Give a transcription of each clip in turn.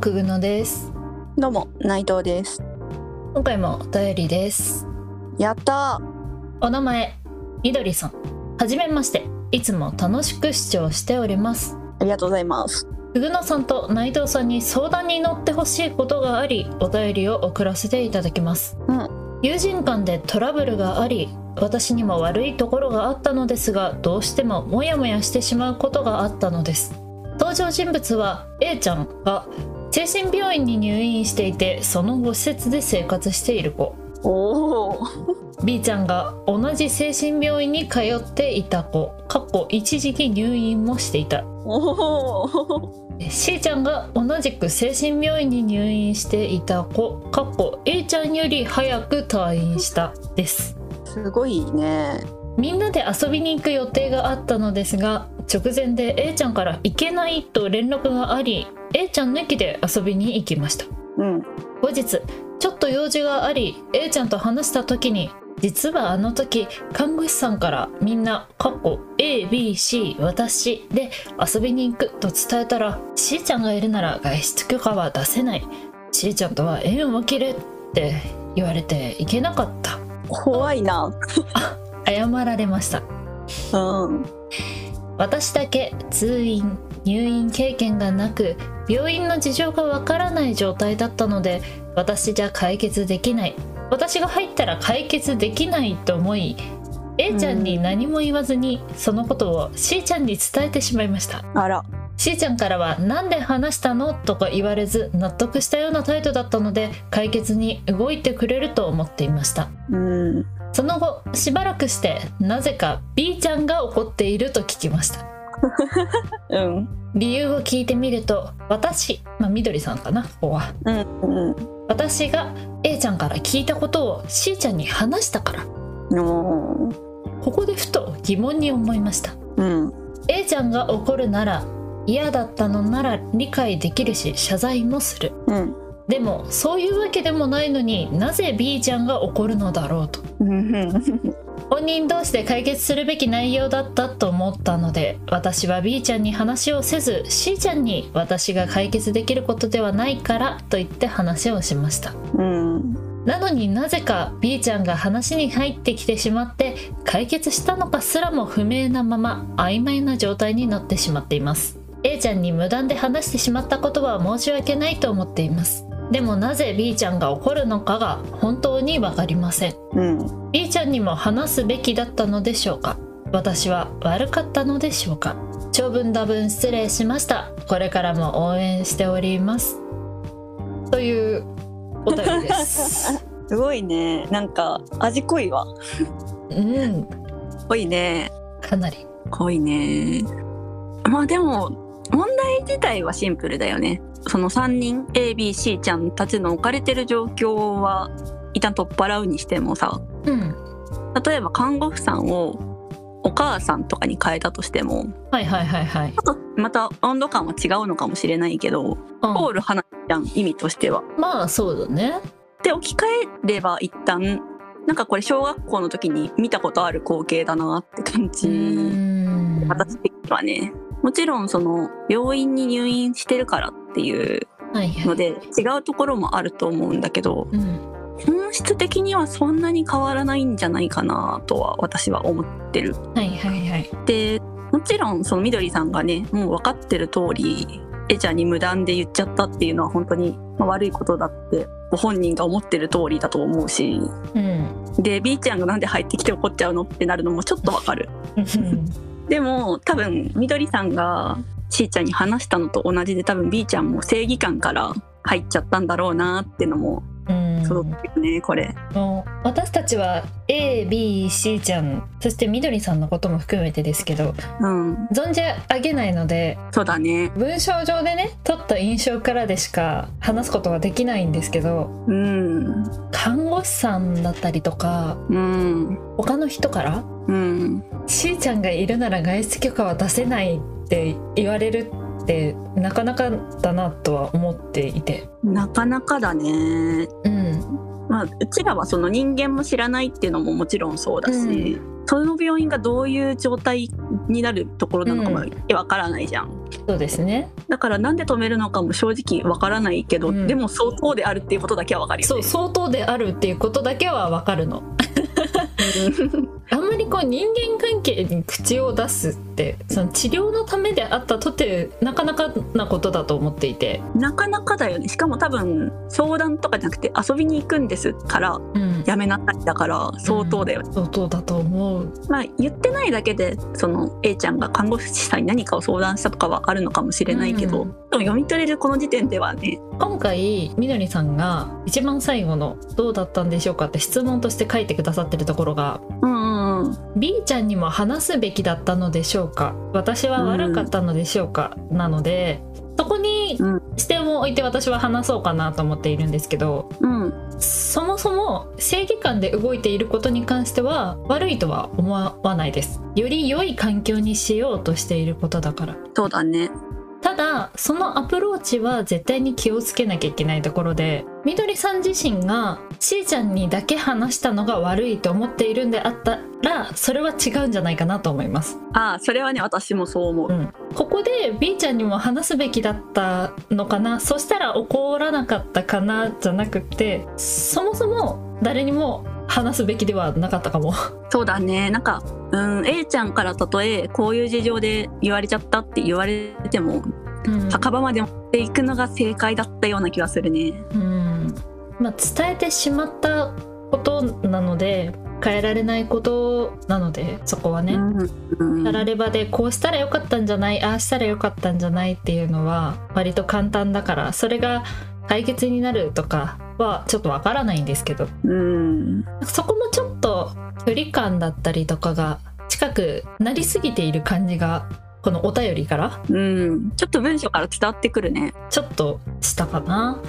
久久野ですどうも内藤です。今回もお便りですやったお名前みどりさんはじめましていつも楽しく視聴しておりますー。ありがとうございます。久久野さんと内藤さんに相談に乗ってほしいことがありお便りを送らせていただきます、うん友人間でトラブルがあり私にも悪いところがあったのですがどうしてもモヤモヤしてしまうことがあったのです登場人物は A ちゃんが精神病院に入院していてその後施設で生活している子おお。 B ちゃんが同じ精神病院に通っていた子かっこ一時期入院もしていたおお。 C ちゃんが同じく精神病院に入院していた子かっこ A ちゃんより早く退院したですすごいね。みんなで遊びに行く予定があったのですが直前で A ちゃんから行けないと連絡があり A ちゃん抜きで遊びに行きましたうん。後日ちょっと用事があり A ちゃんと話した時に実はあの時看護師さんからみんな「かっこ ABC 私」で遊びに行くと伝えたら C ちゃんがいるなら外出許可は出せない C ちゃんとは縁を切れって言われて行けなかった怖いな。謝られましたうん。私だけ通院入院経験がなく病院の事情がわからない状態だったので私じゃ解決できない私が入ったら解決できないと思い A ちゃんに何も言わずにそのことを C ちゃんに伝えてしまいましたあら。 C ちゃんからは「なんで話したの?」とか言われず納得したような態度だったので解決に動いてくれると思っていましたうん。その後しばらくしてなぜか B ちゃんが怒っていると聞きましたうん。理由を聞いてみると私、まあ、みどりさんかなここはうん。私が A ちゃんから聞いたことを C ちゃんに話したからおーここでふと疑問に思いましたうん。 A ちゃんが怒るなら嫌だったのなら理解できるし謝罪もするうん。でもそういうわけでもないのになぜ B ちゃんが怒るのだろうとうん。本人同士で解決するべき内容だったと思ったので私は B ちゃんに話をせず C ちゃんに私が解決できることではないからと言って話をしましたうん。なのになぜか B ちゃんが話に入ってきてしまって解決したのかすらも不明なまま曖昧な状態になってしまっています A ちゃんに無断で話してしまったことは申し訳ないと思っていますでもなぜ B ちゃんが怒るのかが本当にわかりませんうん。 B ちゃんにも話すべきだったのでしょうか私は悪かったのでしょうか長文多文失礼しましたこれからも応援しておりますというお便りです すごいね。なんか味濃いわ。うん濃いね。かなり濃いねまあでも問題自体はシンプルだよねその3人 ABC ちゃんたちの置かれてる状況は一旦取っ払うにしてもさうん例えば看護婦さんをお母さんとかに変えたとしてもはいはいはいはいちょっとまた温度感は違うのかもしれないけどオール花ちゃん意味としては。うんまあそうだねで置き換えれば一旦なんかこれ小学校の時に見たことある光景だなって感じ。ん私的にはねもちろんその病院に入院してるからっていうはいはいので違うところもあると思うんだけどうん本質的にはそんなに変わらないんじゃないかなとは私は思ってる。はいはいはいでもちろんそのみどりさんがねもう分かってる通りえちゃんに無断で言っちゃったっていうのは本当にまあ悪いことだってご本人が思ってる通りだと思うしうんで B ちゃんがなんで入ってきて怒っちゃうのってなるのもちょっと分かる。でも多分みどりさんが C ちゃんに話したのと同じで多分 B ちゃんも正義感から入っちゃったんだろうなってのもうん届くよね、これ。もう私たちは ABC ちゃんそしてみどりさんのことも含めてですけどうん存じ上げないのでそうだね。文章上でね取った印象からでしか話すことはできないんですけどうん看護師さんだったりとかうん他の人からうん C ちゃんがいるなら外出許可は出せないって言われるってなかなかだなとは思っていて。なかなかだね。うん、まあうちらはその人間も知らないっていうのももちろんそうだし、その病院がどういう状態になるところなのかもうわからないじゃん。そうですねだからなんで止めるのかも正直わからないけど、うんでも相当であるっていうことだけはわかるよ、そね。う相当であるっていうことだけはわかるのうんあんまりこう人間関係に口を出すってその治療のためであったとてなかなかなことだと思っていて、なかなかだよね。しかも多分相談とかじゃなくて遊びに行くんですからうん、やめなさいだから相当だよね。相当だと思うまあ言ってないだけでその A ちゃんが看護師さんに何かを相談したとかはあるのかもしれないけど、うんでも読み取れるこの時点ではね今回みどりさんが一番最後の「どうだったんでしょうか?」って質問として書いてくださってるところがうんうんうん「B ちゃんにも話すべきだったのでしょうか私は悪かったのでしょうか?」なのでそこにうん視点を置いて私は話そうかなと思っているんですけどうんそもそも正義感で動いていることに関しては悪いとは思わないです。より良い環境にしようとしていることだから。そうだねただそのアプローチは絶対に気をつけなきゃいけないところでみどりさん自身がしーちゃんにだけ話したのが悪いと思っているんであったらそれは違うんじゃないかなと思いますああそれはね私もそう思う、ここで B ちゃんにも話すべきだったのかなそしたら怒らなかったかなじゃなくてそもそも誰にも話すべきではなかったかもそうだねなんか、うん、A ちゃんからたとえこういう事情で言われちゃったって言われてもうん墓場まで持っていくのが正解だったような気がするねうんまあ、伝えてしまったことなので変えられないことなのでそこはね、うん、うたらん、ればでこうしたらよかったんじゃないああしたらよかったんじゃないっていうのは割と簡単だからそれが解決になるとかはちょっとわからないんですけどうん、そこもちょっと距離感だったりとかが近くなりすぎている感じがこのお便りからうん、ちょっと文章から伝わってくるねちょっとしたかな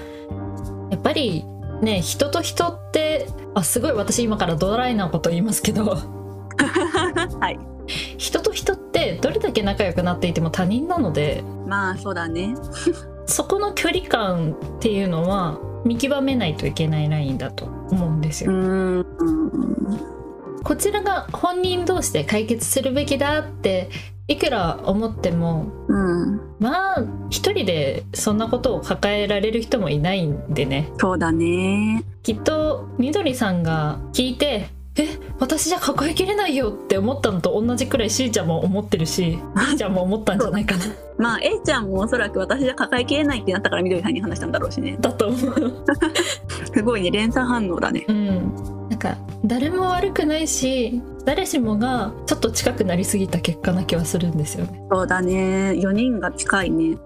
やっぱりね人と人ってあすごい私今からドライなこと言いますけど はい人と人ってどれだけ仲良くなっていても他人なのでまあそうだねそこの距離感っていうのは見極めないといけないラインだと思うんですうよ、んうんこちらが本人同士で解決するべきだっていくら思ってもうん、まあ一人でそんなことを抱えられる人もいないんでねそうだね。きっとみどりさんが聞いて「え私じゃ抱えきれないよ」って思ったのと同じくらいしーちゃんも思ってるしみーちゃんも思ったんじゃないかなまあ A ちゃんもおそらく私じゃ抱えきれないってなったからみどりさんに話したんだろうしね。だと思う。すごいね連鎖反応だね。うん、なんか誰も悪くないし誰しもがちょっと近くなりすぎた結果な気はするんですよね。そうだね。四人が近いね。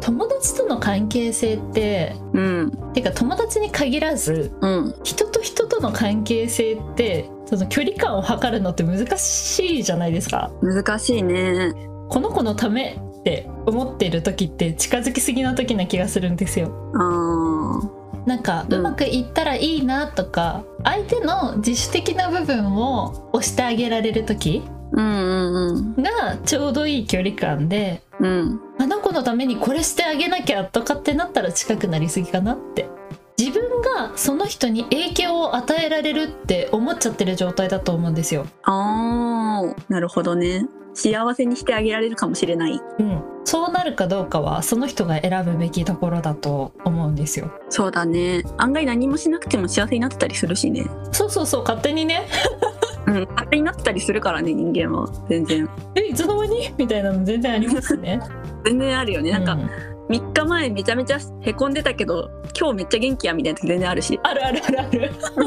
友達との関係性ってうんてか友達に限らずうん。人と人との関係性ってその距離感を測るのって難しいじゃないですか。難しいね。この子のためって思ってる時って近づきすぎな時な気がするんですよあーなんかうんうまくいったらいいなとか、相手の自主的な部分を押してあげられる時うんうんがちょうどいい距離感でうんうん。あの子のためにこれしてあげなきゃとかってなったら近くなりすぎかなって自分がその人に影響を与えられるって思っちゃってる状態だと思うんですよああなるほどね。幸せにしてあげられるかもしれない。うんそうなるかどうかはその人が選ぶべきところだと思うんですよそうだね。案外何もしなくても幸せになってたりするしね。そうそうそう勝手にね うん。勝手になってたりするからね人間は全然えいつの間にみたいなの全然ありますね。全然あるよね。なんか、う3日前めちゃめちゃへこんでたけど今日めっちゃ元気やみたいな時全然あるしあるあるあるある。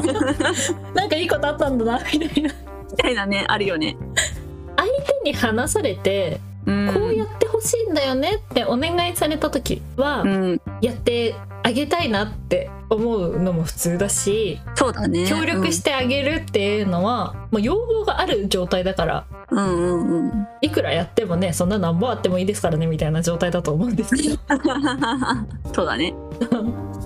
なんかいいことあったんだなみたいな。みたいなねあるよね。手に話されて、うんこうやってほしいんだよねってお願いされた時は、うん、やってあげたいなって思うのも普通だし、そうだね、協力しててあげるっていうのは、もう要望がある状態だから。うん、うんうんうん いくらやってもねそんな何ぼあってもいいですからねみたいな状態だと思うんですけどそうだね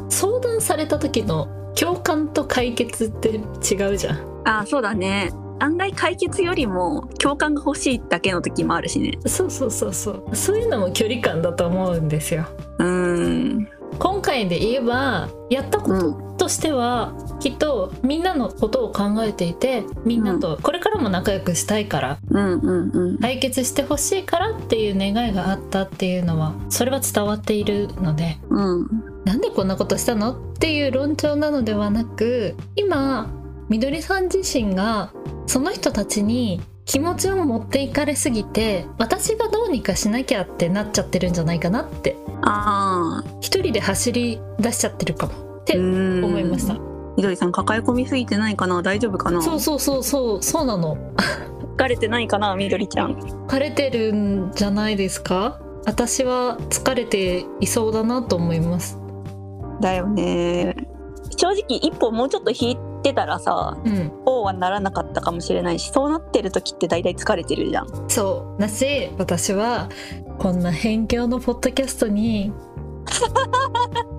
相談された時の共感と解決って違うじゃんあそうだね案外解決よりも共感が欲しいだけの時もあるしねそうそうそうそうそういうのも距離感だと思うんですようん今回で言えばやったこうんととしては、きっとみんなのことを考えていてみんなとこれからも仲良くしたいからうんうんうん解決してほしいからっていう願いがあったっていうのはそれは伝わっているのでうんなんでこんなことしたのっていう論調なのではなく今みどりさん自身がその人たちに気持ちを持っていかれすぎて私がどうにかしなきゃってなっちゃってるんじゃないかなってああ一人で走り出しちゃってるかもって思思いましたみどりさん抱え込みすぎてないかな大丈夫かなそうそうそうそうそうなの疲れてないかなみどりちゃん疲れてるんじゃないですか私は疲れていそうだなと思いますだよね正直一歩もうちょっと引いてたらさうんこうはならなかったかもしれないしそうなってる時って大体疲れてるじゃんそうだし私はこんな辺境のポッドキャスト に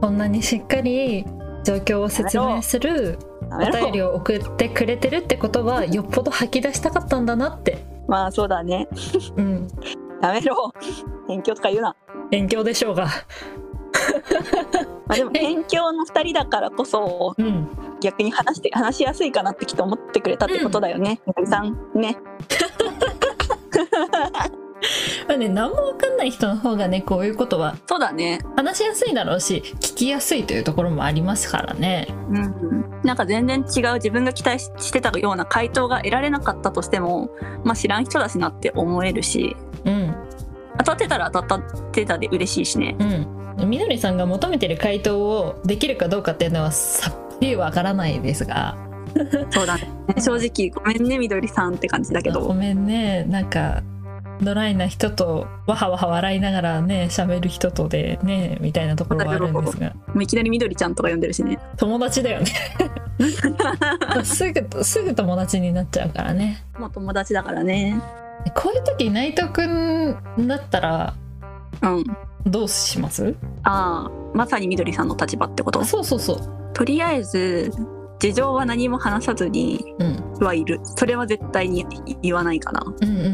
こんなにしっかり状況を説明するやおめろ便りを送ってくれてるってことはよっぽど吐き出したかったんだなってまあそうだねうんやめろ勉強とか言うな、辺境でしょうがまあ、で もえ勉強の2人だからこそうん逆に話して話しやすいかなってきっと思ってくれたってことだよね、みどりさんねまあね何も分かんない人の方がねこういうことはそうだね話しやすいだろうし聞きやすいというところもありますからねうん、なんか全然違う自分が期待してたような回答が得られなかったとしても、まあ、知らん人だしなって思えるしうん当たってたら当たってたで嬉しいしねうんみどりさんが求めてる回答をできるかどうかっていうのはさっぱりわからないですがそうだね正直ごめんねみどりさんって感じだけごどめんねなんかドライな人とわはわは笑いながらね喋る人とでねみたいなところはあるんですがもういきなりみどりちゃんとか呼んでるしね友達 だよねすぐすぐ友達になっちゃうからねもう友達だからねこういう時内藤くんだったらうんどうしますああまさにみどりさんの立場ってことあそうそうそうとりあえず事情は何も話さずにうんはいるそれは絶対に言わないかなうんう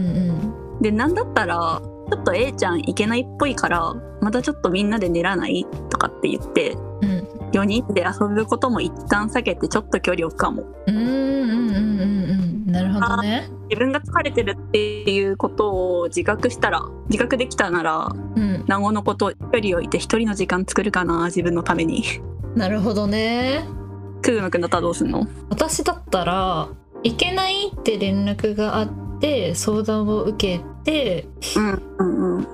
んでなんだったらちょっと A ちゃんいけないっぽいからまたちょっとみんなで寝らないとかって言ってうんうん4人で遊ぶことも一旦避けてちょっと距離を置くかもうんうんうんうんうんなるほどね自分が疲れてるっていうことを自覚したら自覚できたならうんなおのこと距離を置いて一人の時間作るかな自分のためになるほどねクグノ君だったらどうすんの私だったらいけないって連絡があって相談を受けてうんうんうん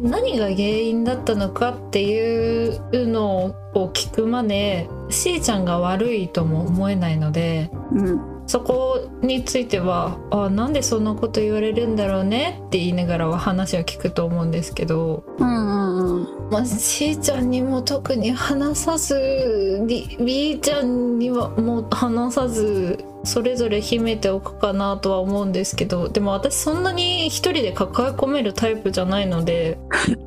何が原因だったのかっていうのを聞くまでしーちゃんが悪いとも思えないのでうんそこについては「あなんでそんなこと言われるんだろうね」って言いながらは話を聞くと思うんですけど、うんうんうんまあ、しーちゃんにも特に話さず B, B ちゃんにはもう話さずそれぞれ秘めておくかなとは思うんですけどでも私そんなに一人で抱え込めるタイプじゃないので。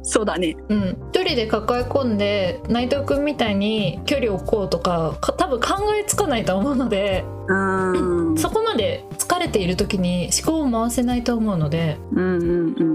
そうだねうん、一人で抱え込んで内藤君みたいに距離を置こうとかか多分考えつかないと思うのでうんうんそこまで疲れている時に思考を回せないと思うのでうんう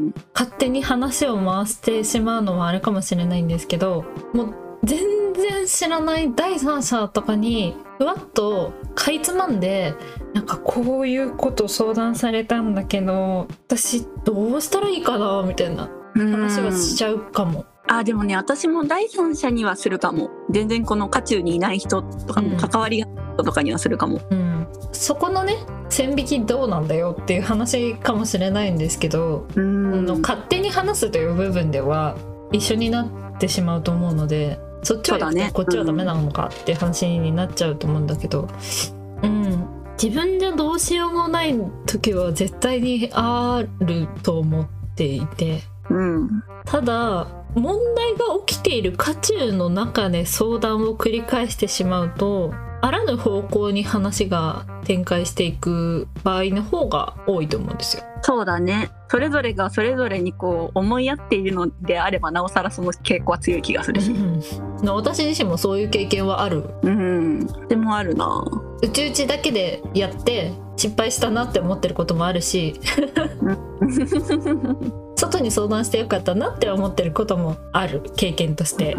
ん勝手に話を回してしまうのはあれかもしれないんですけどもう全然知らない第三者とかにふわっとかいつまんでなんかこういうこと相談されたんだけど私どうしたらいいかなみたいなうん話はしちゃうかも。あでもね私も第三者にはするかも全然この渦中にいない人とかうんも関わりがある人とかにはするかも、うん、そこのね線引きどうなんだよっていう話かもしれないんですけど、あの勝手に話すという部分では一緒になってしまうと思うのでそっちは良くてそうだねこっちはダメなのかっていう話になっちゃうと思うんだけど、うん、自分じゃどうしようもない時は絶対にあると思っていてうんただ問題が起きている渦中の中で相談を繰り返してしまうとあらぬ方向に話が展開していく場合の方が多いと思うんですよ。そうだねそれぞれがそれぞれにこう思い合っているのであればなおさらその傾向は強い気がするし、私自身もそういう経験はあるうん、でもあるなうちうちだけでやって違失敗したなって思ってることもあるし外に相談してよかったなって思ってることもある経験として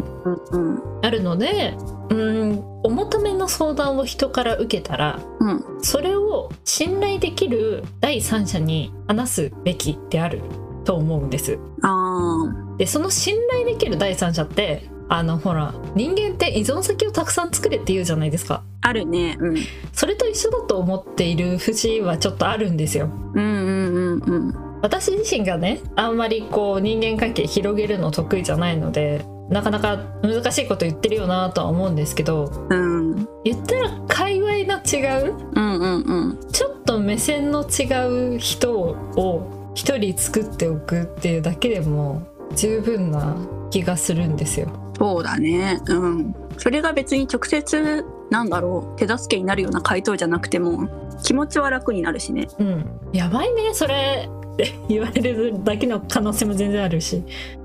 うんあるのでうん重ための相談を人から受けたらうんそれを信頼できる第三者に話すべきであると思うんです。あでその信頼できる第三者ってあのほら人間って依存先をたくさん作れって言うじゃないですか。ああるね、うん、それと一緒だと思っている節はちょっとあるんですよ。うんうんうんうん私自身がねあんまりこう人間関係広げるの得意じゃないのでなかなか難しいこと言ってるよなとは思うんですけどうん言ったら界隈の違ううんうんうんちょっと目線の違う人を一人作っておくっていうだけでも十分な気がするんですよ。そうだねうんそれが別に直接なんだろう手助けになるような回答じゃなくても気持ちは楽になるしねうん、やばいねそれって言われるだけの可能性も全然あるし。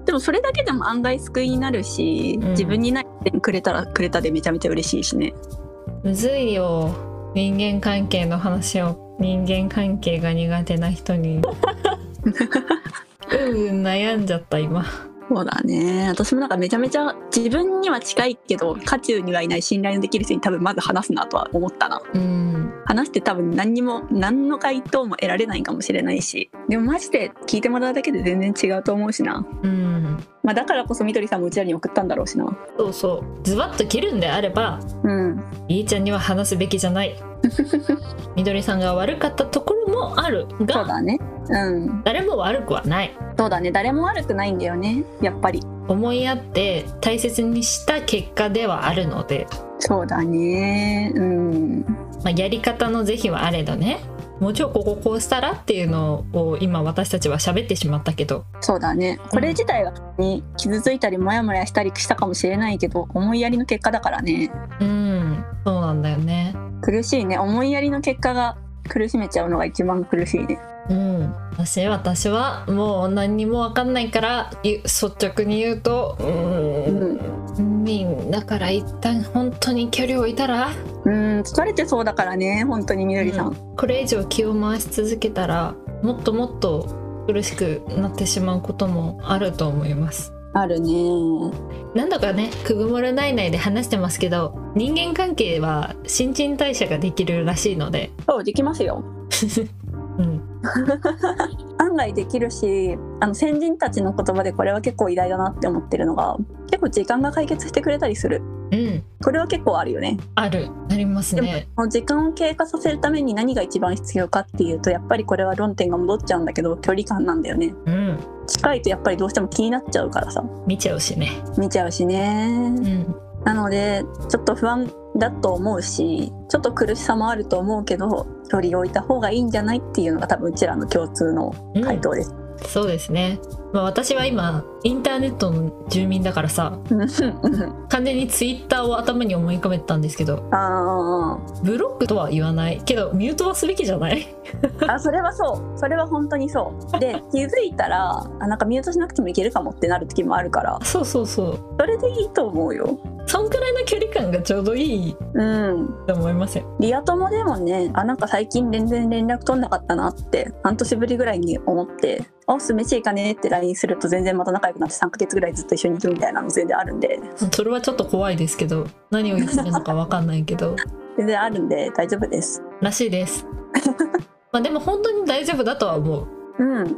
でもそれだけでも案外救いになるし、うん自分にない点くれたらくれたでめちゃめちゃ嬉しいしねむずいよ人間関係の話を人間関係が苦手な人にうんうん悩んじゃった今そうだね私もなんかめちゃめちゃ自分には近いけど渦中にはいない信頼のできる人に多分まず話すなとは思ったなうん話して多分何にも何の回答も得られないかもしれないしでもマジで聞いてもらうだけで全然違うと思うしな、うんまあ、だからこそみどりさんもうちらに送ったんだろうしなそうそうズバッと切るんであればうんいいちゃんには話すべきじゃ ないみどりさんが悪かったところもあるそうがだねうん誰も悪くはないそうだね誰も悪くないんだよねやっぱり思い合って大切にした結果ではあるので、そうだねうんまあ、やり方の是非はあれどねもうちょいこここうしたらっていうのを今私たちは喋ってしまったけどそうだねこれ自体はに傷ついたりモヤモヤしたりしたかもしれないけど思いやりの結果だからねうん、そうなんだよね。苦しいね思いやりの結果が苦しめちゃうのが一番苦しいねうん、私私はもう何にも分かんないからゆ率直に言うと、うん、みんだから一旦本当に距離を置いたら、うん疲れてそうだからね本当にみどりさん、これ以上気を回し続けたらもっともっと苦しくなってしまうこともあると思います。あるね何度かね「くぐもるないない」で話してますけど人間関係は新陳代謝ができるらしいので、そうできますようん、案外できるしあの先人たちの言葉でこれは結構偉大だなって思ってるのが結構時間が解決してくれたりするうん、これは結構あるよねあるありますね。もう時間を経過させるために何が一番必要かっていうとやっぱりこれは論点が戻っちゃうんだけど距離感なんだよねうん近いとやっぱりどうしても気になっちゃうからさ見ちゃうしね。見ちゃうしねうん、なのでちょっと不安だと思うしちょっと苦しさもあると思うけど距離を置いた方がいいんじゃないっていうのが多分うちらの共通のうん回答です、そうですね。まあ私は今インターネットの住民だからさ、うん、 完全にツイッターを頭に思い浮かべてたんですけど、あーブロックとは言わないけどミュートはすべきじゃない？あそれはそうそれは本当にそうで気づいたらあなんかミュートしなくてもいけるかもってなる時もあるから そうそうそう。それでいいと思うよそんくらいの距離感がちょうどいいうんと思いますよ。リア友でもねあなんか最近全然連絡取んなかったなって半年ぶりぐらいに思って「あおす飯行かね」って LINE すると全然また仲良くなって3ヶ月ぐらいずっと一緒にいるみたいなの全然あるんでそれはちょっと怖いですけど、何を言ってるのかわかんないけど、全然あるんで大丈夫ですらしいです。 まあでも本当に大丈夫だとは思う。うん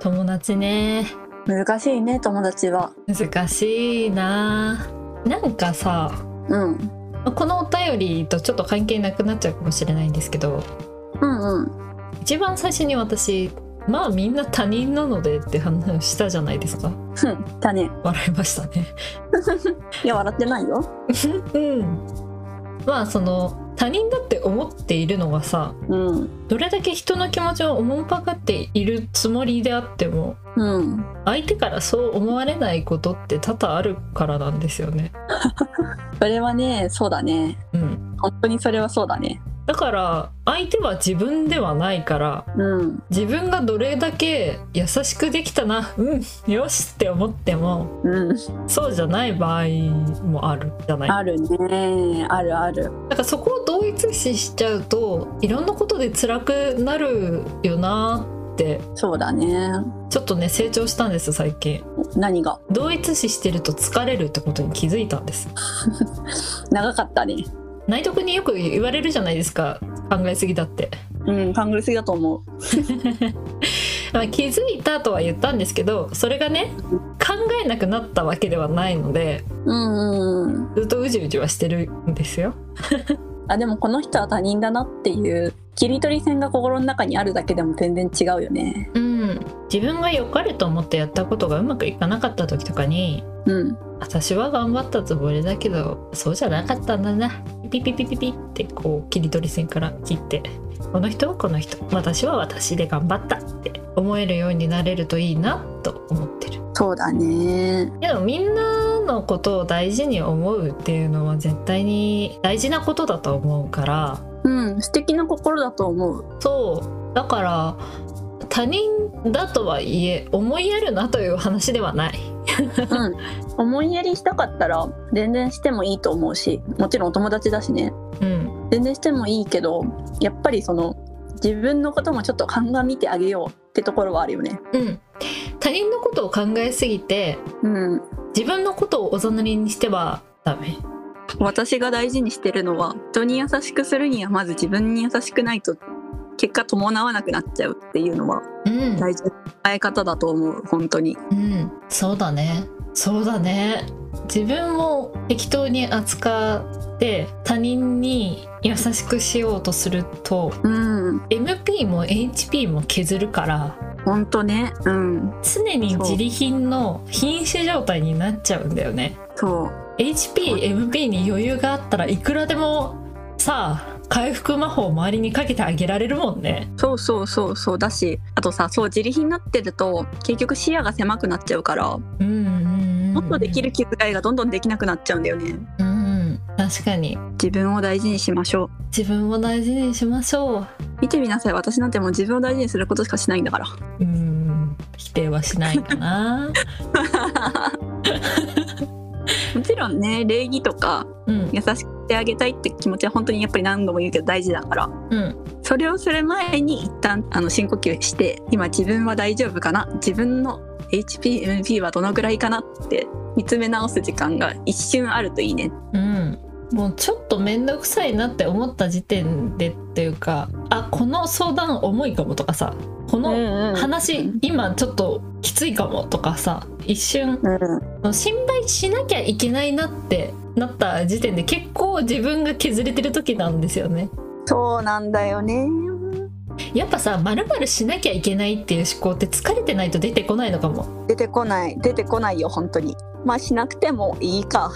友達ね。難しいね友達は難しいなあ。なんかさ、うんまあこのお便りとちょっと関係なくなっちゃうかもしれないんですけどうんうん一番最初に私まあみんな他人なのでって話をしたじゃないですかふんだね笑いましたね いや笑ってないようんまあその他人だって思っているのがさうんどれだけ人の気持ちをおもんぱかっているつもりであってもうん相手からそう思われないことって多々あるからなんですよねそれはねそうだねうん本当にそれはそうだねだから相手は自分ではないからうん自分がどれだけ優しくできたなうんよしって思ってもうんそうじゃない場合もあるじゃないあるねあるあるなんかそこを同一視しちゃうといろんなことで辛くなるよなってそうだねちょっとね成長したんです最近何が同一視してると疲れるってことに気づいたんです長かったね内藤君によく言われるじゃないですか考えすぎだって、うん勘ぐりすぎだと思うまあ、気づいたとは言ったんですけどそれがね考えなくなったわけではないのでうんうんうんずっとうじうじはしてるんですよあでもこの人は他人だなっていう切り取り線が心の中にあるだけでも全然違うよねうん自分が良かれと思ってやったことがうまくいかなかった時とかにうん私は頑張ったつもりだけどそうじゃなかったんだなピピピピピってこう切り取り線から切ってこの人はこの人私は私で頑張ったって思えるようになれるといいなと思ってるそうだねけどみんなのことを大事に思うっていうのは絶対に大事なことだと思うからうん素敵な心だと思うそうだから他人だとはいえ思いやるなという話ではないうん、思いやりしたかったら全然してもいいと思うしもちろんお友達だしねうん全然してもいいけどやっぱりその自分のこともちょっと鑑みてあげようってところはあるよね。うん他人のことを考えすぎてうん、自分のことをおざなりにしてはダメ私が大事にしてるのは人に優しくするにはまず自分に優しくないと結果伴わなくなっちゃうっていうのはうん、大事な考え方だと思う本当に。うん、そうだねそうだね自分を適当に扱って他人に優しくしようとするとうん、 MP も HP も削るから本当ね。うん、常に自利品の瀕死状態になっちゃうんだよねそう。 HPMP に余裕があったらいくらでもさあ回復魔法を周りにかけてあげられるもんねそうそうそうそうだしあとさそう自利品になってると結局視野が狭くなっちゃうからうんうんうんうんもっとできる気遣いがどんどんできなくなっちゃうんだよねうん確かに自分を大事にしましょう自分を大事にしましょう見てみなさい私なんてもう自分を大事にすることしかしないんだからうーん否定はしないか なもちろんね礼儀とかうん優しくしてあげたいって気持ちは本当にやっぱり何度も言うけど大事だからうんそれをする前に一旦あの深呼吸して今自分は大丈夫かな自分の HPMP はどのぐらいかなって見つめ直す時間が一瞬あるといいねうんもうちょっと面倒くさいなって思った時点でっていうかあこの相談重いかもとかさこの話、今ちょっときついかもとかさ一瞬うん心配しなきゃいけないなってなった時点で結構自分が削れてる時なんですよねそうなんだよねやっぱさまるまるしなきゃいけないっていう思考って疲れてないと出てこないのかも出てこない出てこないよ本当にまあしなくてもいいか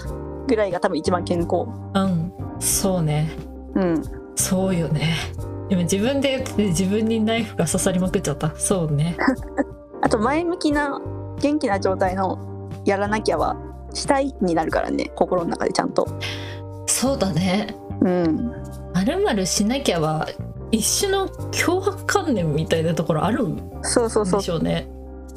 ぐらいが多分一番健康うんそうねうんそうよね。今自分で言ってて自分にナイフが刺さりまくっちゃった。そうね。あと前向きな元気な状態のやらなきゃはしたいになるからね心の中でちゃんとそうだね。うんまるまるしなきゃは一種の脅迫観念みたいなところあるんでそうそうそうしょうね。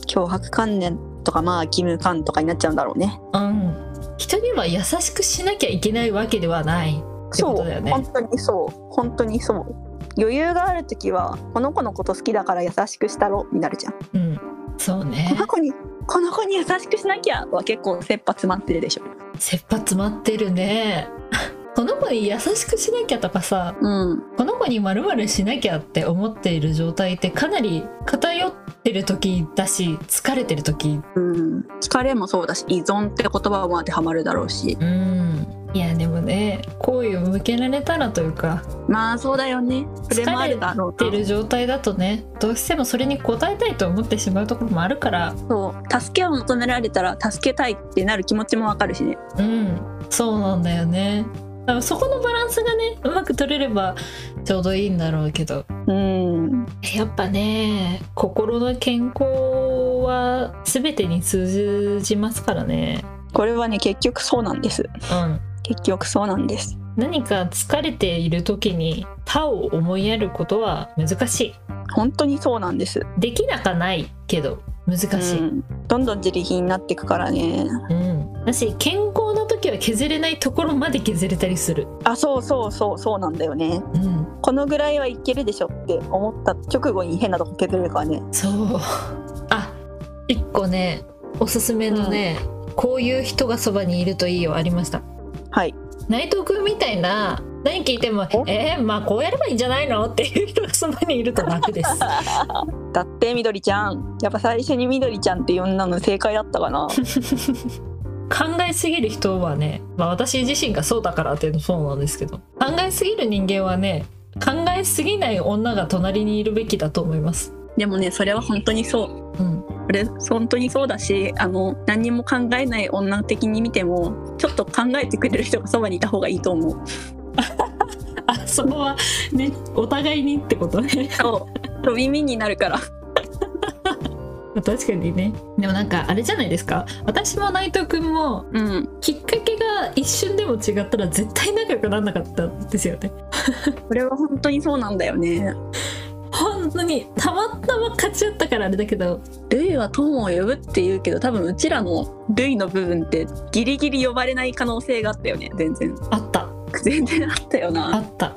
脅迫観念とかまあ義務感とかになっちゃうんだろうねうん。人には優しくしなきゃいけないわけではないってそことう、だよね。本当にそう本当にそう余裕がある時はこの子のこと好きだから優しくしたろになるじゃんうん。そうね こ。の子にこの子に優しくしなきゃは結構切羽詰まってるでしょ切羽詰まってるね。 この子に優しくしなきゃとかさ、うんこの子にまるまるしなきゃって思っている状態ってかなり偏ってる時だし、疲れてる時うん、疲れもそうだし依存って言葉も当てはまるだろうしうんいやでもね好意を向けられたらというかまあそうだよねそれもあるだろうってる状態だとねどうしてもそれに応えたいと思ってしまうところもあるからそう助けを求められたら助けたいってなる気持ちもわかるしねうんそうなんだよねだからそこのバランスがねうまく取れればちょうどいいんだろうけどうんやっぱね心の健康は全てに通じますからねこれはね結局そうなんですうん結局そうなんです何か疲れている時に他を思いやることは難し本当にそうなんです、いできなかないけど難しい、うん、どんどん自利品になっていくからねうん、だし健康な時は削れないところまで削れたりする、あそうそうそうそうなんだよねうん、このぐらいはいけるでしょって思った直後に変なとこ削れるからねそうあ一個ねおすすめのね、こういう人がそばにいるといいよありましたはい内藤君みたいな何聞いても「えー、まあこうやればいいんじゃないの?」っていう人がそばにいると楽 ですだってみどりちゃんやっぱ最初にみどりちゃんって呼んだの正解だったかな考えすぎる人はね、まあ、私自身がそうだからっていうのもそうなんですけど考えすぎる人間はね考えすぎない女が隣にいるべきだと思います でもねそれは本当にそううんそれ本当にそうだしあの何にも考えない女的に見てもちょっと考えてくれる人がそばにいた方がいいと思うあそこはねお互いにってことねそう飛び身になるから確かにねでもなんかあれじゃないですか私も内藤君もうんきっかけが一瞬でも違ったら絶対仲良くならなかったんですよねこれは本当にそうなんだよね本当にたまたま勝ち合ったからあれだけどルイは友を呼ぶって言うけど多分うちらのルイの部分ってギリギリ呼ばれない可能性があったよね全然 あった全然あったよあなった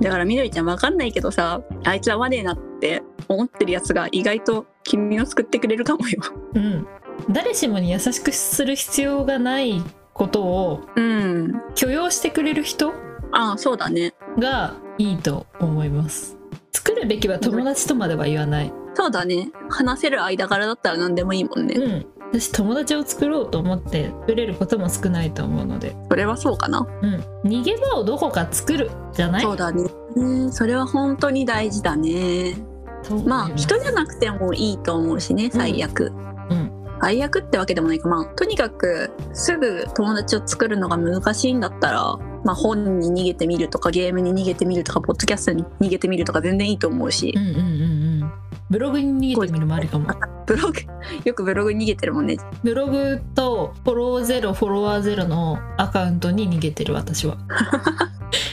だからみどりちゃんわかんないけどさあいつはわねえなって思ってるやつが意外と君を救ってくれるかもようん誰しもに優しくする必要がないことをうん許容してくれる人ああそうだねがいいと思います作るべきは友達とまでは言わないそうだね話せる間柄だったら何でもいいもんね、うん私友達を作ろうと思って作れることも少ないと思うのでそれはそうかな、うん、逃げ場をどこか作るじゃないそうだねねそれは本当に大事だねと思いまあます人じゃなくてもいいと思うしね最悪、うん最悪ってわけでもないかまあとにかくすぐ友達を作るのが難しいんだったら、まあ、本に逃げてみるとかゲームに逃げてみるとかポッドキャストに逃げてみるとか全然いいと思うし、うんうんうんうんブログに逃げてみるもあるかもブログ よくブログに逃げてるもんねブログとフォローゼロフォロワーゼロのアカウントに逃げてる私は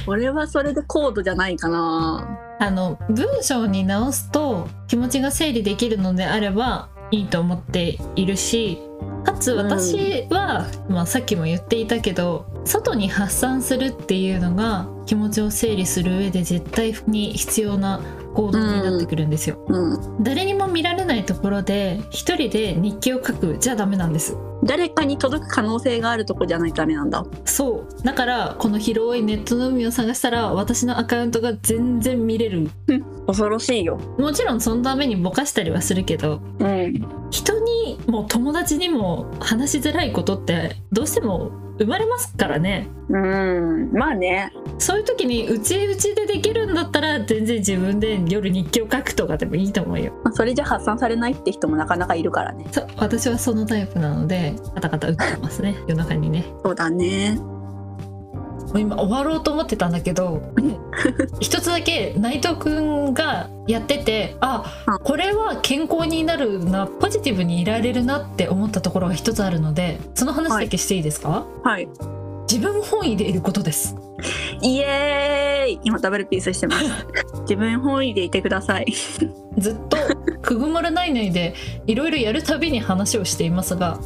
俺はそれで高度じゃないかなあの文章に直すと気持ちが整理できるのであればいいと思っているしかつ私は、まあ、さっきも言っていたけど外に発散するっていうのが気持ちを整理する上で絶対に必要な行動になってくるんですよ。うん誰にも見られないところで一人で日記を書くじゃダメなんです誰かに届く可能性があるとこじゃないとダメなんだそうだからこの広いネットの海を探したら私のアカウントが全然見れる恐ろしいよもちろんそのためにぼかしたりはするけどうん人にも友達にも話しづらいことってどうしても生まれますからねうんまあねそういう時にうちうちでできるんだったら全然自分で夜日記を書くとかでもいいと思うよまあそれじゃ発散されないって人もなかなかいるからねそう私はそのタイプなのでカタカタ打ってますね夜中にねそうだねもう今終わろうと思ってたんだけど一つだけ内藤くんがやっててああこれは健康になるなポジティブにいられるなって思ったところが一つあるのでその話だけしていいですか、はい自分本位でいることですイエーイ今ダブルピース してます自分本位でいてくださいずっと「くぐまらないない」でいろいろやるたびに話をしていますが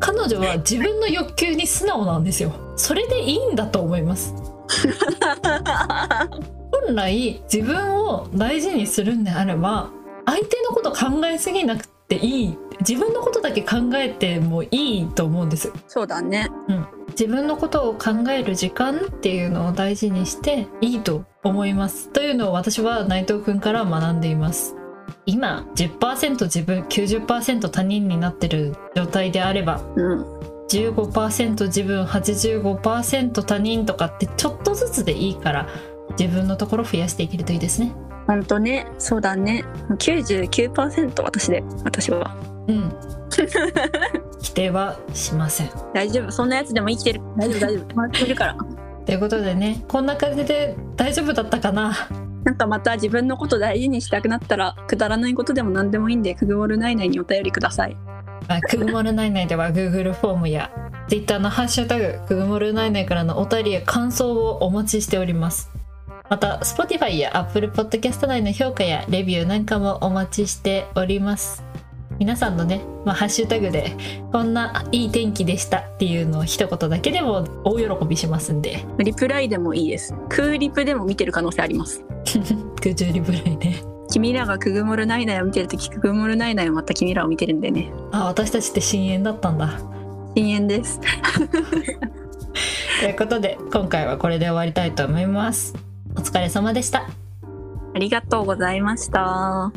彼女は自分の欲求に素直なんですよそれでいいんだと思います本来自分を大事にするんであれば相手のこと考えすぎなくていい自分のことだけ考えてもいいと思うんですそうだね自分のことを考える時間っていうのを大事にしていいと思いますというのを私は内藤くんから学んでいます今10%自分90%他人になってる状態であればうん15%自分85%他人とかってちょっとずつでいいから自分のところ増やしていけるといいですねほんとねそうだね99%私で私はうん否定はしません大丈夫そんなやつでも生きてる大丈夫大丈夫回ってるからということでねこんな感じで大丈夫だったかななんかまた自分のこと大事にしたくなったらくだらないことでも何でもいいんでくぐもるないないにお便りくださいまあ、くぐもるないないでは Google フォームや Twitter の「ハッシュタグくぐもるないない」からのお便りや感想をお待ちしておりますまた Spotify や Apple Podcast 内の評価やレビューなんかもお待ちしております皆さんのね、まあ、ハッシュタグでこんないい天気でしたっていうのを一言だけでも大喜びしますんでリプライでもいいです空リプでも見てる可能性あります空中リプライで君らがくぐもるないないを見てるときくぐもるないないをまた君らを見てるんでねあ私たちって深淵だったんだ深淵ですということで今回はこれで終わりたいと思いますお疲れ様でしたありがとうございました